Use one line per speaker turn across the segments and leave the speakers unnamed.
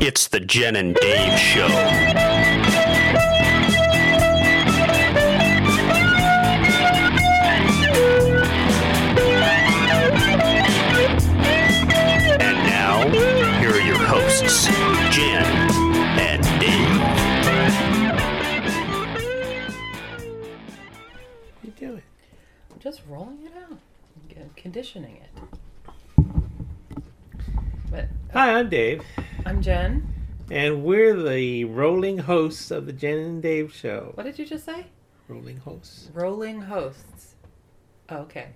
It's the Jen and Dave Show. And now, here are your hosts, Jen and Dave.
You do it.
I'm just rolling it out, Con- conditioning it. But
Hi, I'm Dave,
I'm Jen.
and we're the rolling hosts of the Jen and Dave show.
What did you just say?
Rolling hosts.
Rolling hosts. Oh, okay.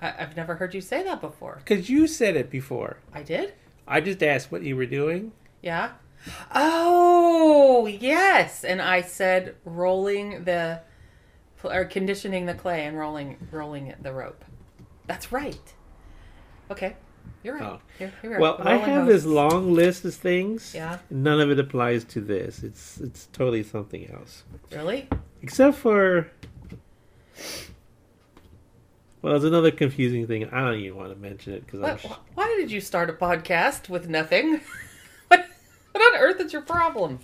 I- I've never heard you say that before.
Because you said it before.
I did?
I just asked what you were doing.
Yeah. Oh, yes. And I said rolling the pl- or conditioning the clay and rolling rolling it- the rope. That's right. Okay. You're right.
Oh.
Here, here we are.
Well, I
Rolling
have
hosts.
this long list of things.
Yeah.
None of it applies to this. It's it's totally something else.
Really?
Except for well, there's another confusing thing. I don't even want to mention it because I'm.
What,
Sh-
wh- why did you start a podcast with nothing? what, what on earth is your problem?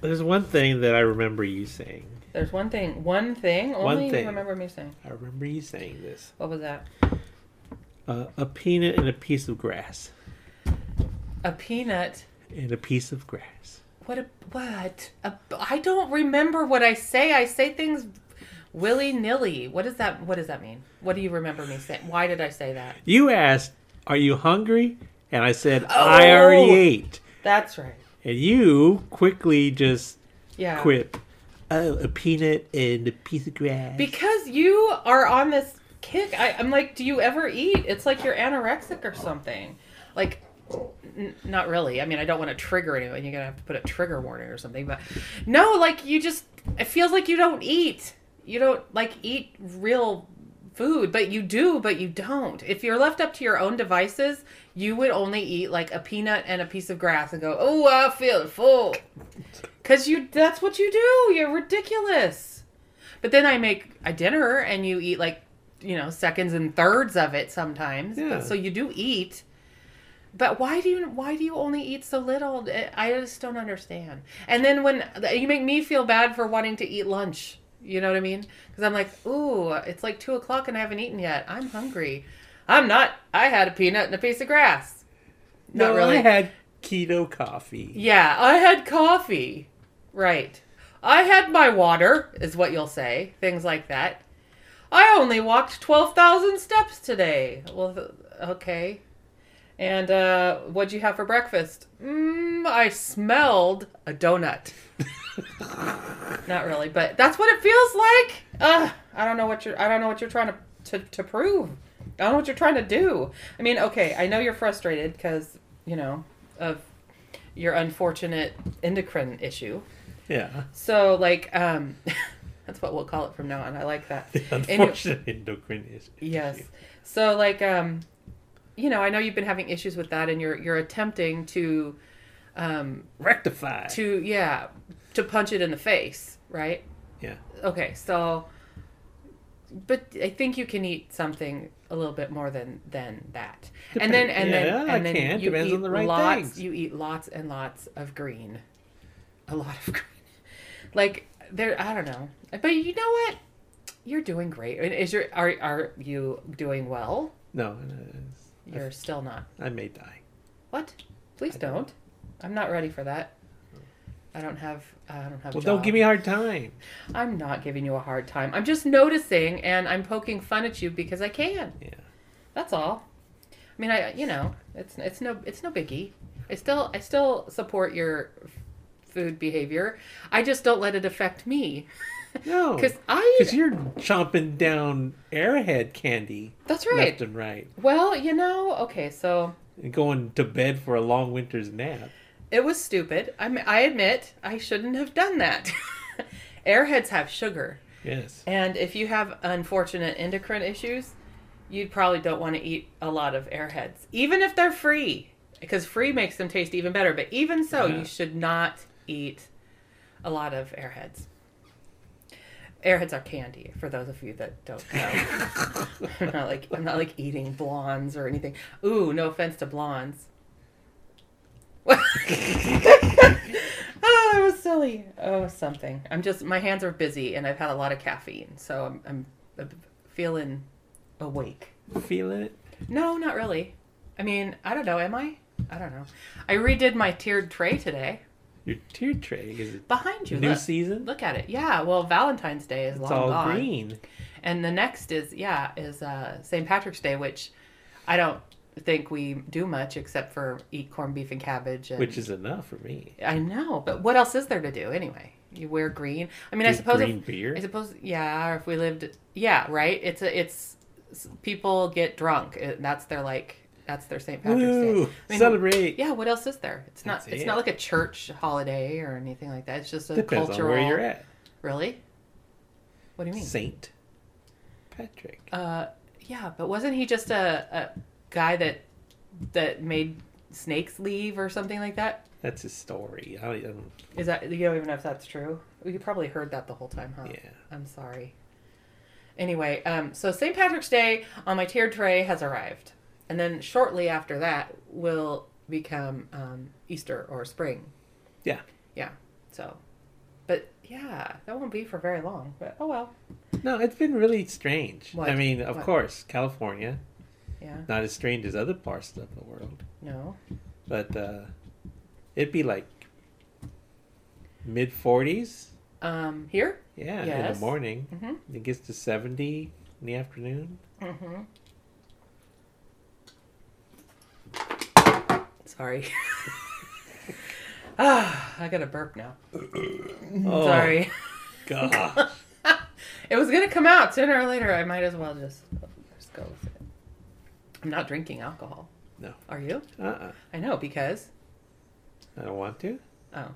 there's one thing that I remember you saying.
There's one thing, one thing, only
One
you
thing.
remember me saying.
I remember you saying this.
What was that?
Uh, a peanut and a piece of grass.
A peanut.
and a piece of grass.
What a what? A, I don't remember what I say. I say things willy nilly. What does that? What does that mean? What do you remember me saying? Why did I say that?
You asked, "Are you hungry?" And I said, "I already
Oh!
ate."
That's right.
And you quickly just
Yeah.
quit. Oh, a peanut and a piece of grass.
Because you are on this kick, I, I'm like, do you ever eat? It's like you're anorexic or something. Like, n- not really. I mean, I don't want to trigger anyone. You're gonna have to put a trigger warning or something. But no, like you just, it feels like you don't eat. You don't like eat real food, but you do, but you don't. If you're left up to your own devices, you would only eat like a peanut and a piece of grass and go, oh, I feel full. Cause you—that's what you do. You're ridiculous. But then I make a dinner and you eat like, you know, seconds and thirds of it sometimes. But-
Yeah.
So you do eat. But why do you why do you only eat so little? I- I just don't understand. And then when you make me feel bad for wanting to eat lunch, you know what I mean? Because I'm like, ooh, it's like two o'clock and I haven't eaten yet. I'm hungry. I'm not. I had a peanut and a piece of grass.
no,
not really.
I had keto coffee.
Yeah, I had coffee. Right. I had my water, is what you'll say. Things like that. I only walked 12,000 steps today. Well, th- okay. And uh, what'd you have for breakfast? Mm, I smelled a donut. Not really, but that's what it feels like. Ugh, I don't know what you're. I don't know what you're trying to, to to prove. I don't know what you're trying to do. I mean, okay, I know you're frustrated because you know of your unfortunate endocrine issue.
Yeah,
So like um that's what we'll call it from now on. I like that.
the
Anyway-
unfortunate endocrine is.
yes. So like um you know, I know you've been having issues with that and you're you're attempting to um
rectify.
to yeah, to punch it in the face, right?
yeah,
Okay, so but I think you can eat something a little bit more than than that. and then and
yeah,
then
I
and then
can.
you
Depends
eat
on the right
lots
things.
you eat lots and lots of green. A lot of green. Like there I don't know. But you know what? You're doing great. And Is your are are you doing well?
no, no, it's-
You're still not.
I may die.
What? Please
don't know.
don't. I'm not ready for that. I don't have I don't have a
Well, don't
job.
give me a hard time.
I'm not giving you a hard time. I'm just noticing and I'm poking fun at you because I can.
Yeah.
That's all. I mean, I you know, it's it's no it's no biggie. I still I still support your f- food behavior. I just don't let it affect me
No,
cuz I
because you're chomping down Airhead candy
That's right.
left and right.
Well, you know, okay, so
and going to bed for a long winter's nap.
it was stupid. I m- I admit I shouldn't have done that. Airheads have sugar.
Yes.
And if you have unfortunate endocrine issues, you probably don't want to eat a lot of airheads, even if they're free, because free makes them taste even better. But even so,
Yeah.
you should not eat a lot of airheads. Airheads are candy, for those of you that don't know. I'm not like I'm not like eating blondes or anything. Ooh, no offense to blondes. oh, that was silly. Oh, something. I'm just my hands are busy, and I've had a lot of caffeine, so I'm I'm, I'm feeling awake.
Feeling it?
No, not really. I mean, I don't know. Am I? I don't know. I redid my tiered tray today.
Your tear tray. Is it
Behind you,
new
look.
season?
Look at it. Yeah. Well, Valentine's Day
it's
is long
all
gone.
green.
And the next is yeah is uh, St. Patrick's Day, which I don't think we do much except for eat corned beef and cabbage. And,
Which is enough for me.
I know, but what else is there to do anyway? You wear green. I mean, I
Drink
suppose
green
if,
beer.
I suppose yeah. Or if we lived, yeah, right. It's a it's s- people get drunk. It, that's their like that's their St. Patrick's
Woo!
Day. I mean,
Celebrate.
Yeah, what else is there? It's not
That's
it's
it.
not like a church holiday or anything like that. It's just a
Depends
cultural.
on where you're at.
Really? What do you mean?
Saint Patrick.
Uh, yeah, but wasn't he just a, a guy that that made snakes leave or something like that?
That's his story. I don't, even-
Is that you don't even know if that's true? You probably heard that the whole time, huh?
Yeah.
I'm sorry. Anyway, um, so St. Patrick's Day on my tiered tray has arrived, and then shortly after that will become um, Easter or spring.
yeah.
Yeah. So, but yeah, that won't be for very long. But oh well.
No, it's been really strange.
What?
I mean, of
What?
course, California,
Yeah.
not as strange as other parts of the world,
No.
but uh, it'd be like mid 40s.
Um, here.
Yeah, in
Yes.
the morning.
Mhm.
It gets to 70 in the afternoon.
Mm-hmm. Sorry. Ah, I got a burp now.
Oh,
Mm-hmm. Sorry.
God.
It was gonna come out sooner or later. I might as well just, just go with it. I'm not drinking alcohol.
No.
Are you?
Uh-uh.
I know because
I don't want to.
oh,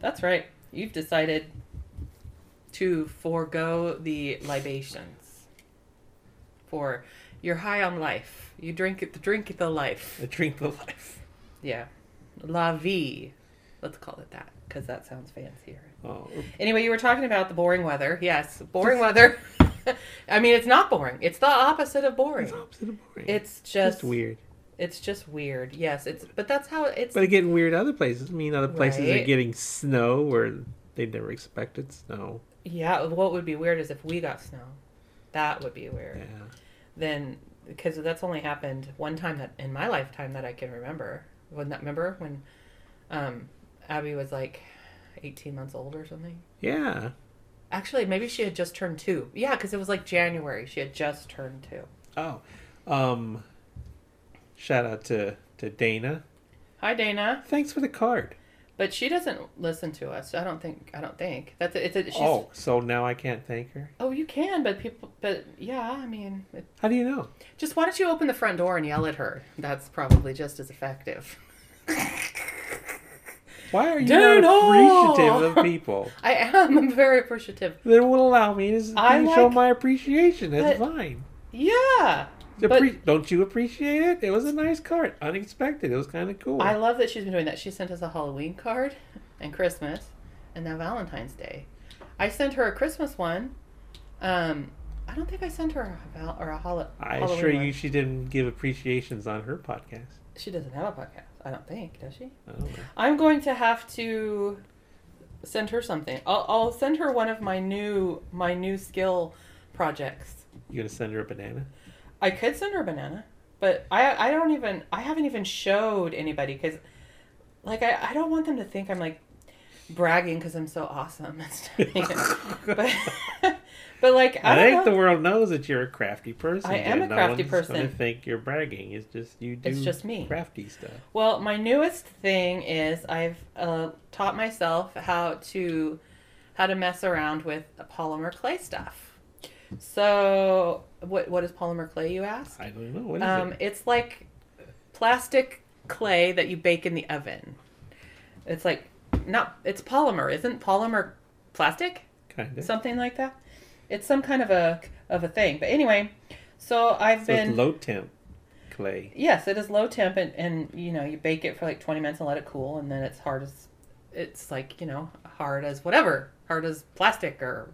that's right. You've decided to forego the libations. For you're high on life. You drink it. Drink the life.
I drink the life.
Yeah. La vie. Let's call it that because that sounds fancier.
Oh,
Anyway, you were talking about the boring weather. Yes, boring weather. I mean, it's not boring. It's the opposite of boring.
it's opposite of boring.
It's
just,
just,
weird.
It's just weird. Yes, it's but that's how it's
But it's getting weird other places. I mean, other places are
Right.
getting snow where they never expected snow.
yeah, what would be weird is if we got snow. That would be weird.
Yeah.
Then because that's only happened one time that in my lifetime that I can remember. When that remember when um Abby was like 18 months old or something.
Yeah.
Actually, maybe she had just turned two. Yeah, because it was like January. She had just turned two.
Oh. Um shout out to to Dana.
Hi, Dana.
Thanks for the card.
But she doesn't listen to us. I don't think. I don't think that's it. It's a, she's,
Oh, so now I can't thank her.
Oh, you can, but people. But yeah, I mean, it,
How do you know?
just why don't you open the front door and yell at her? That's probably just as effective.
Why are you
Dana!
not appreciative of people?
I am. I'm very appreciative.
They will allow me to s-
I
to show
like-
my appreciation. That's
but-
fine.
Yeah. But
Appre- don't you appreciate it? It was a nice card. Unexpected. It was kind of cool.
I love that she's been doing that. She sent us a Halloween card and Christmas and now Valentine's Day. I sent her a Christmas one. Um, I don't think I sent her a val- or a hol-
I
Halloween
assure
one.
you, she didn't give appreciations on her podcast.
She doesn't have a podcast. I don't think, does she?
I don't know.
I'm going to have to send her something. I'll, I'll send her one of my new my new skill projects.
You gonna send her a banana?
I could send her a banana, but I I don't even I haven't even showed anybody because, like I, I don't want them to think I'm like bragging because I'm so awesome. and stuff. but but like I
I, think
don't
the
know.
world knows that you're a crafty person.
I am
Jen.
a crafty
no one's Gonna
person.
think you're bragging. It's just you do.
It's just me.
Crafty stuff.
Well, my newest thing is I've uh, taught myself how to how to mess around with polymer clay stuff. So what what is polymer clay? You ask.
I don't know what is
Um,
it.
it's like plastic clay that you bake in the oven. It's like not it's polymer, isn't polymer plastic?
Kind of. So
Something like that. It's some kind of a of a thing. But anyway, so I've been
it's low temp clay.
Yes, it is low temp, and, and you know you bake it for like twenty minutes and let it cool, and then it's hard as, it's like you know hard as whatever, hard as plastic or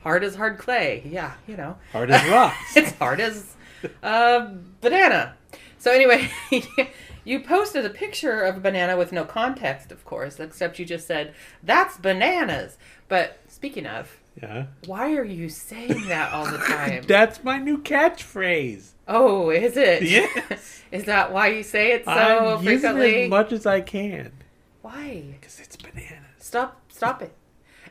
hard as hard clay. Yeah, you know
Hard as rocks.
it's hard as a uh, banana. So anyway, you posted a picture of a banana with no context, of course, except you just said that's bananas. But speaking of,
Yeah.
why are you saying that all the time?
That's my new catchphrase.
oh, is it?
Yes.
is that why you say it so
I'm using it
frequently?
as much as I can
why?
because it's bananas.
Stop! Stop it.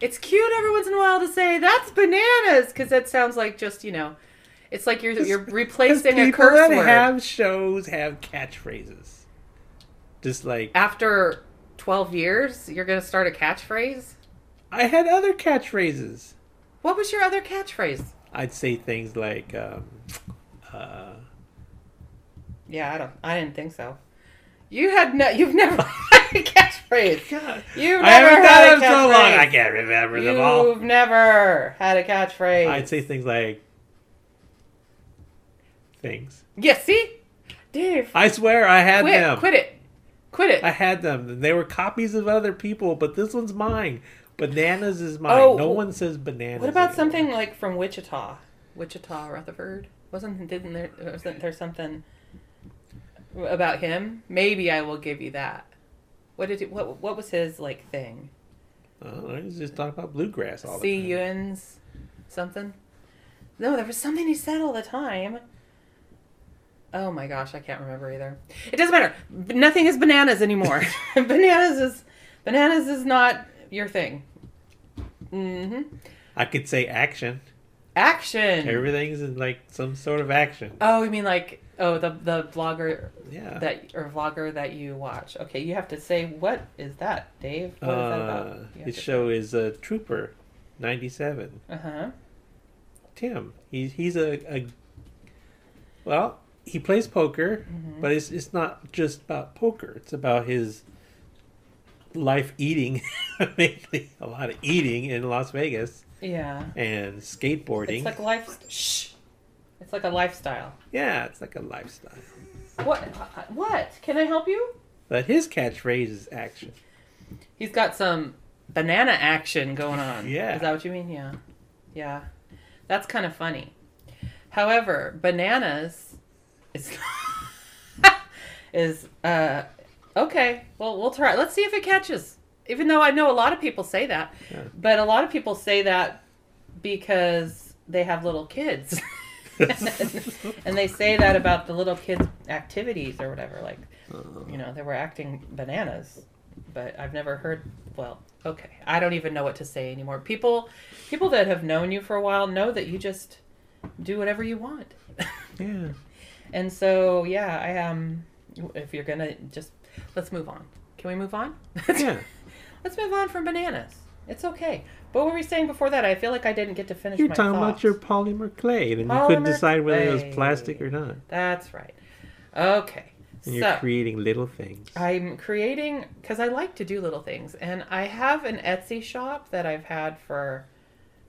It's cute every once in a while to say that's bananas because that sounds like just you know, it's like you're you're
'Cause
replacing a
people
curse
that
word
have shows have catchphrases. Just like
after twelve years. You're gonna start a catchphrase.
I had other catchphrases.
What was your other catchphrase?
I'd say things like, um, uh,
Yeah, I don't. I didn't think so. You had no. You've never had a catchphrase.
God,
You've
I
never
haven't
had
done
a
them so long. I
catchphrase.
can't remember them all.
You've never had a catchphrase.
I'd say things like things.
Yes. See, Dave.
I swear I had
quit.
them.
Quit it. Quit it.
I had them. They were copies of other people, but this one's mine. Bananas is mine.
Oh,
no
wh-
one says bananas.
what about
anymore.
something like from Wichita? Wichita Rutherford. Wasn't didn't there wasn't there something about him? Maybe I will give you that. What did he, what what was his like thing?
I don't know, Uh, I was just talking about bluegrass all the
See
time.
Ewan's something? No, there was something he said all the time. Oh my gosh, I can't remember either. It doesn't matter. B- nothing is bananas anymore. bananas is bananas is not your thing. hmm
I could say action.
Action.
Everything's in like some sort of action.
oh, you mean like oh the the blogger
Yeah.
that or vlogger that you watch? Okay, you have to say what is that, Dave? What is that
uh,
about? You have
his
to-
show is uh, Trooper, ninety-seven.
Uh-huh.
Tim. He's he's a, a well, he plays poker,
Mm-hmm.
but it's it's not just about poker. It's about his life eating, mainly a lot of eating in Las Vegas
Yeah.
and skateboarding.
It's like life. Shh. It's like a lifestyle.
yeah, it's like a lifestyle.
What? uh, What? Can I help you?
But his catchphrase is action.
He's got some banana action going on.
Yeah.
Is that what you mean? Yeah. Yeah. That's kind of funny. However, bananas is is uh okay. Well, we'll try. Let's see if it catches. Even though I know a lot of people say that,
Yeah.
but a lot of people say that because they have little kids. and they say that about the little kids' activities or whatever. Like, you know, they were acting bananas, but I've never heard. Well, okay, I don't even know what to say anymore. People, people that have known you for a while know that you just do whatever you want,
Yeah.
and so yeah, I um, if you're gonna just let's move on. Can we move on?
Yeah.
let's move on from bananas. It's okay. What were we saying before that? I feel like I didn't get to finish.
You're
my
talking
thoughts.
about your polymer clay, and you couldn't
Polymer
decide whether it
clay.
was plastic or not.
That's right. Okay.
And
so,
you're creating little things.
I'm creating because I like to do little things, and I have an Etsy shop that I've had for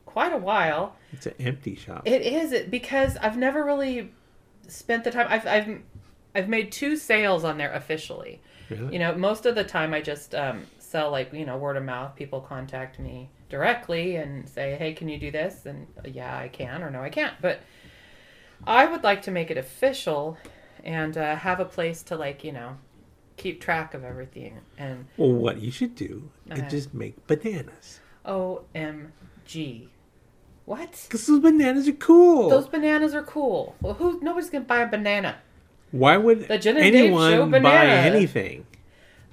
quite a while.
It's an empty shop.
It is it because I've never really spent the time. I've I've I've made two sales on there officially.
really.
You know, most of the time I just um, sell like you know word of mouth. People contact me directly and say, "Hey, can you do this?" And yeah, I can or no, I can't. But I would like to make it official and uh, have a place to like you know keep track of everything and
Well, what you should do is
Uh-huh.
just make bananas.
OMG. What?
Because those bananas are cool.
Those bananas are cool. Well, who? Nobody's gonna buy a banana
Why would
The Jen and Dave show
anyone buy
banana.
anything?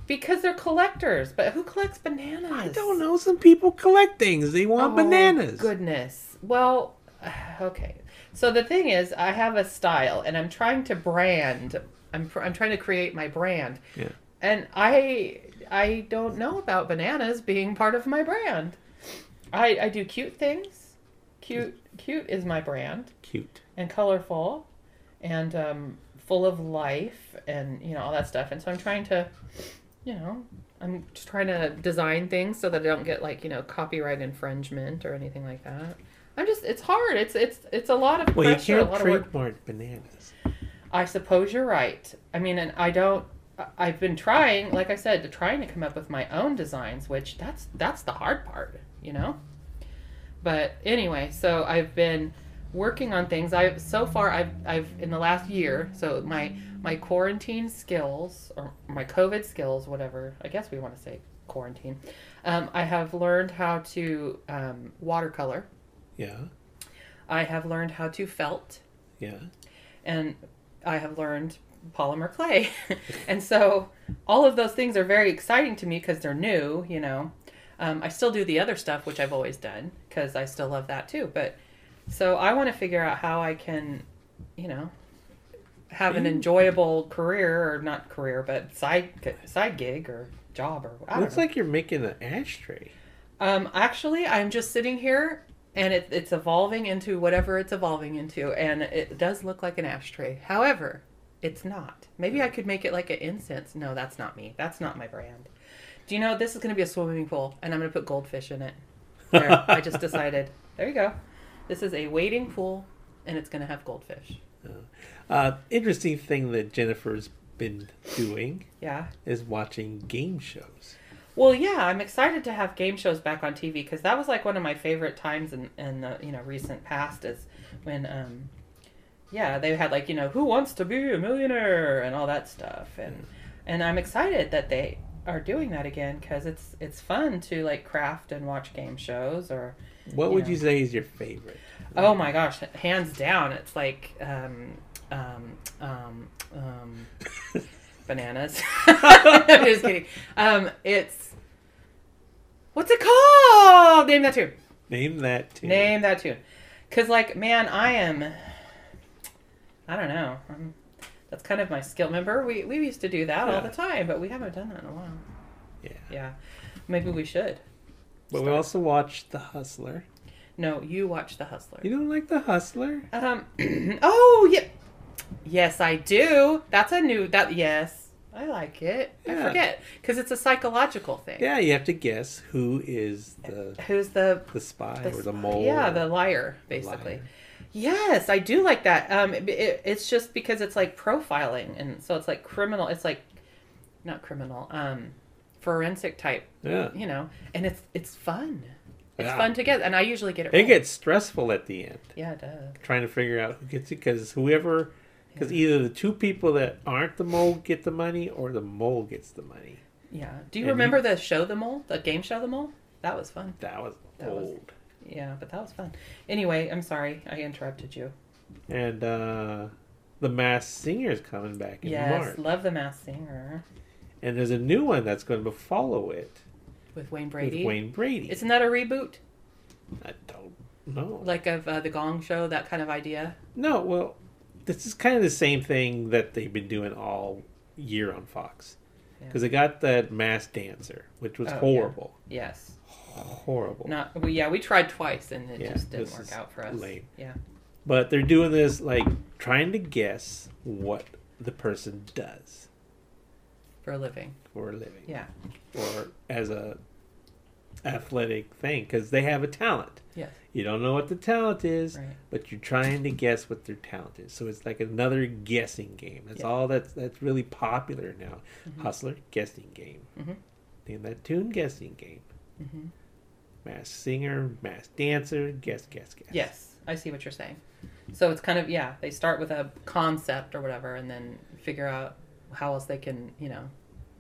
because they're collectors. But who collects bananas?
I don't know. Some people collect things. They want
Oh,
bananas.
Goodness. Well, okay. So the thing is, I have a style, and I'm trying to brand. I'm pr- I'm trying to create my brand,
Yeah.
and I I don't know about bananas being part of my brand. I I do cute things. Cute cute is my brand.
Cute.
and colorful and um, full of life and you know all that stuff and so i'm trying to you know i'm just trying to design things so that i don't get like you know copyright infringement or anything like that i'm just it's hard it's it's it's a lot of
Well, you
pressure a
can't
lot of work
trademark bananas.
i suppose you're right i mean and i don't I- i've been trying like i said to trying to come up with my own designs which that's that's the hard part you know but anyway so i've been working on things. I've so far I've I've in the last year, so my my quarantine skills or my COVID skills, whatever I guess we want to say quarantine. Um, I have learned how to um, watercolor.
Yeah.
I have learned how to felt,
Yeah.
and I have learned polymer clay. and so all of those things are very exciting to me because they're new, you know. Um, I still do the other stuff, which I've always done because I still love that too. But so I want to figure out how I can, you know, have an enjoyable career or not career, but side side gig or job or I don't
Looks
know.
like you're making an ashtray.
Um, actually, I'm just sitting here, and it, it's evolving into whatever it's evolving into, and it does look like an ashtray. However, it's not. Maybe I could make it like an incense. No, that's not me. That's not my brand. Do you know this is going to be a swimming pool, and I'm going to put goldfish in it. There, I just decided. There you go. This is a wading pool, and it's going to have goldfish.
Uh, interesting thing that Jennifer's been doing
Yeah.
is watching game shows.
Well, yeah, I'm excited to have game shows back on TV because that was like one of my favorite times in, in the you know recent past is when um yeah they had like you know who wants to be a millionaire and all that stuff and and I'm excited that they are doing that again because it's it's fun to like craft and watch game shows or
What would
Yeah.
you say is your favorite?
oh my gosh hands down it's like um um um um bananas I'm just kidding um it's what's it called name that tune
Name that tune.
name that tune because like man i am i don't know i that's kind of my skill remember we we used to do that all the
Yeah.
time but we haven't done that in a while
Yeah.
yeah maybe we should
But we also watched The Hustler.
no you watch the hustler
You don't like The Hustler?
Um. oh yeah. Yes, I do. That's a new. That yes, I like it.
Yeah.
I forget because it's a psychological thing.
Yeah, you have to guess who is the
Who's the?
the spy
the
or
spy-
the mole.
Yeah, the
or-
liar, basically.
liar.
Yes, I do like that. Um, it, it- it's just because it's like profiling, and so it's like criminal. It's like not criminal. Um, forensic type.
yeah.
You know, and it's it's fun. It's
Yeah.
fun to get, and I usually get it.
It
wrong.
gets stressful at the end,
Yeah, it does.
trying to figure out who gets it because whoever, because either the two people that aren't the mole get the money or the mole gets the money.
Yeah. Do you
And you-
remember the show The Mole? The game show The Mole? That was fun.
That was
That was-
old.
Yeah, but that was fun. Anyway, I'm sorry I interrupted you.
And uh, the Mass Singer's coming back in
yes,
March,
love the Masked Singer
and there's a new one that's going to follow it
with Wayne Brady.
with Wayne Brady.
Isn't that a reboot,
I don't know.
like of uh, the Gong Show? That kind of idea.
No, well, this is kind of the same thing that they've been doing all year on Fox.
Yeah.
Because they got that mass dancer, which was
Oh, yeah.
horrible.
Yes.
Horrible.
Not. We, yeah, we tried twice and it
Yeah,
just didn't
this is
work out for us.
lame.
Yeah.
But they're doing this, like, trying to guess what the person does
For a living.
for a living
Yeah.
or as a athletic thing because they have a talent.
Yes.
You don't know what the talent is,
Right.
but you're trying to guess what their talent is. So it's like another guessing game. That's
Yeah. Mm-hmm.
all that's that's really popular now. Hustler guessing game.
Mhm.
Name that tune guessing game.
Mhm.
Mass singer, mass dancer, guess, guess, guess.
Yes. I see what you're saying. So it's kind of yeah. They start with a concept or whatever, and then figure out how else they can you know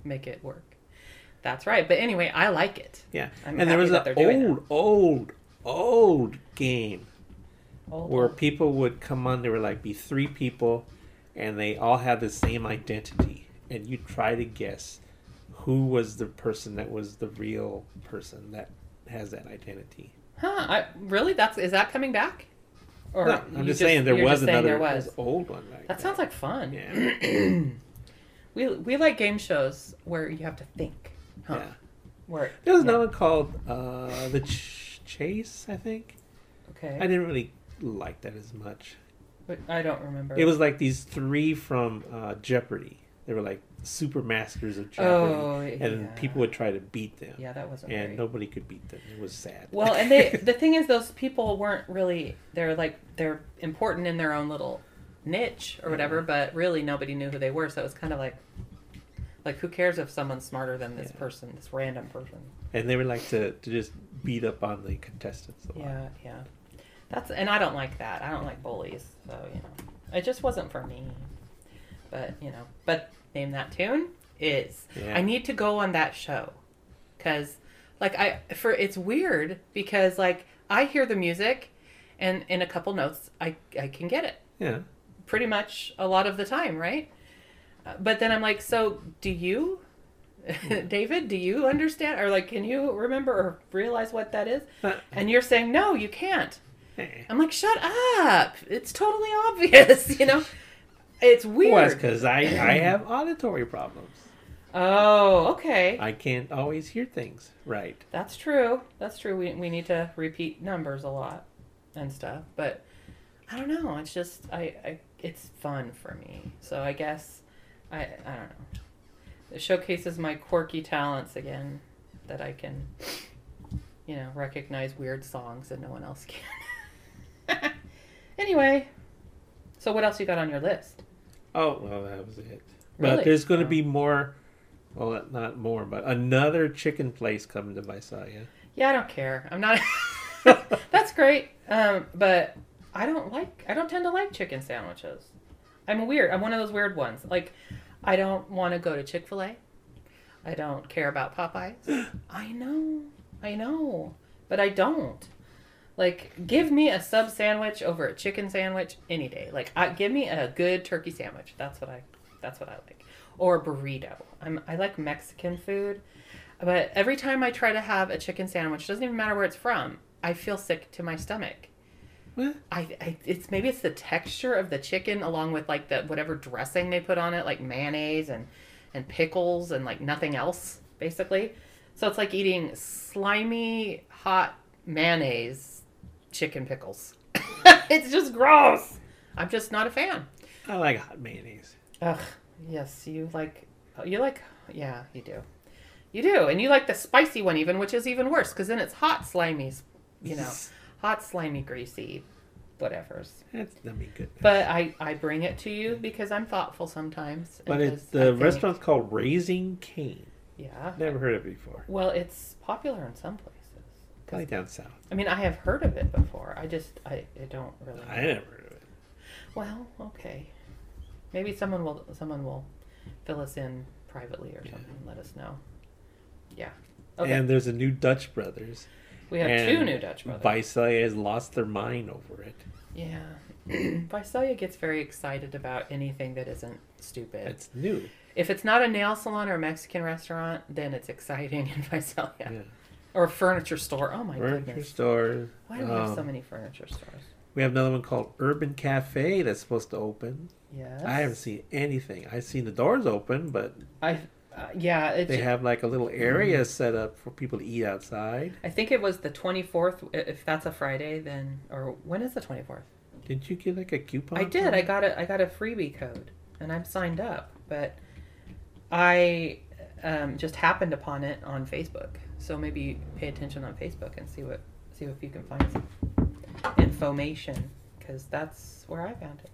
make it work. That's right. But anyway, I like it.
Yeah.
I'm
and there
happy
was
that
an
they're doing that.
old, old, old game
Old
where people would come on. There would like be three people, and they all had the same identity, and you try to guess who was the person that was the real person that has that identity.
Huh? I, really? That's is that coming back? Or
No,
you
I'm just saying there
you're
was
just saying
another
There was.
this old one. Back
That sounds like fun.
yeah,
We we like game shows where you have to think. Huh?
yeah.
Where
There was
yeah.
another one called uh, the Ch- Chase, I think.
okay.
I didn't really like that as much.
But I don't remember.
It was like these three from uh, Jeopardy. They were like super masters of Jeopardy,
Oh,
and
yeah.
people would try to beat them.
yeah, that wasn't.
and
great.
nobody could beat them. It was sad.
Well, and they the thing is, those people weren't really. They're like they're important in their own little niche or whatever, but really nobody knew who they were. So it was kind of like, like who cares if someone's smarter than this
Yeah.
person, this random person?
and they were like to, to just beat up on the contestants a lot.
Yeah, yeah. That's and I don't like that. I don't like bullies. So you know, it just wasn't for me. But you know, but name that tune is.
Yeah.
I need to go on that show, cause like I for it's weird because like I hear the music, and in a couple notes I I can get it
Yeah.
pretty much a lot of the time, right? Uh, But then I'm like, so do you, David? Do you understand or like can you remember or realize what that is?
But-
And you're saying no, you can't.
eh.
I'm like, shut up. It's totally obvious, you know? It's weird.
Well, because I, I have auditory problems.
oh, okay.
I can't always hear things right.
That's true. That's true. We, we need to repeat numbers a lot and stuff. But I don't know. It's just, I, I it's fun for me. So I guess, I, I don't know. It showcases my quirky talents again that I can, you know, recognize weird songs that no one else can. anyway, so what else you got on your list?
Oh, well, that was it.
Really?
But there's going to
Oh.
be more. Well, not more, but another chicken place coming to Visalia.
Yeah, I don't care. I'm not. That's great. Um, but I don't like. I don't tend to like chicken sandwiches. I'm weird. I'm one of those weird ones. Like, I don't want to go to Chick Fil A. I don't care about Popeyes. I know. I know. But I don't. Like, give me a sub sandwich over a chicken sandwich any day. Like, I, give me a good turkey sandwich. That's what I. That's what I like. Or a burrito. I'm. I like Mexican food. But every time I try to have a chicken sandwich, doesn't even matter where it's from, I feel sick to my stomach.
Well,
I, I it's maybe it's the texture of the chicken along with like the whatever dressing they put on it, like mayonnaise and and pickles and like nothing else basically. So it's like eating slimy hot mayonnaise chicken pickles. it's just gross. I'm just not a fan.
I like hot mayonnaise.
Ugh. Yes, you like. You like. Yeah, you do. You do, and you like the spicy one even, which is even worse because then it's hot, slimy. You know, hot, slimy, greasy, whatever's.
That's that'd be good. But,
But I I bring it to you because I'm thoughtful sometimes. and
it's
because I
the
think-
restaurant's called Raising Cane.
Yeah.
Never heard of it before.
Well, it's popular in some places. 'Cause-
Probably down south.
I mean, I have heard of it before. I just I, I don't really.
I never heard of it.
Well, okay. Maybe someone will someone will fill us in privately or
Yeah.
something. Let us know. Yeah. Okay.
And there's a new Dutch Brothers.
we have
and
two new Dutch brothers.
Visalia has lost their mind over it.
yeah. Visalia gets very excited about anything that isn't stupid.
It's new.
if it's not a nail salon or a Mexican restaurant, then it's exciting in Visalia.
Yeah.
Or a furniture store. Oh my
Furniture
goodness.
store.
Why do we have so
um,
many furniture stores?
We have another one called Urban Cafe that's supposed to open.
Yes.
I haven't seen anything. I've seen the doors open, but
I uh, yeah, it's
they have like a little
Mm-hmm.
area set up for people to eat outside.
I think it was the 24th. i- If that's a Friday, then or when is the 24th?
Didn't you get like a coupon?
I did.
for
I
it?
got a I got a freebie code, and I'm signed up. But I um, just happened upon it on Facebook. So maybe pay attention on Facebook and see what see if you can find some information because that's where I found it.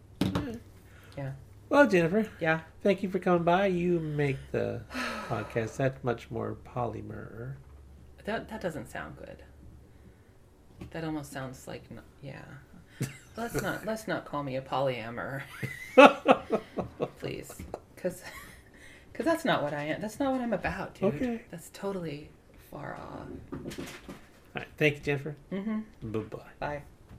Well, Jennifer,
Yeah.
thank you for coming by. You make the podcast that much more polymer.
That that doesn't sound good. That almost sounds like n yeah. Let's not let's not call me a polyamor, please, because because that's not what I am. That's not what I'm about, dude.
Okay.
That's totally far off.
All right. Thank you, Jennifer.
Mm-hmm.
Bye bye.
Bye.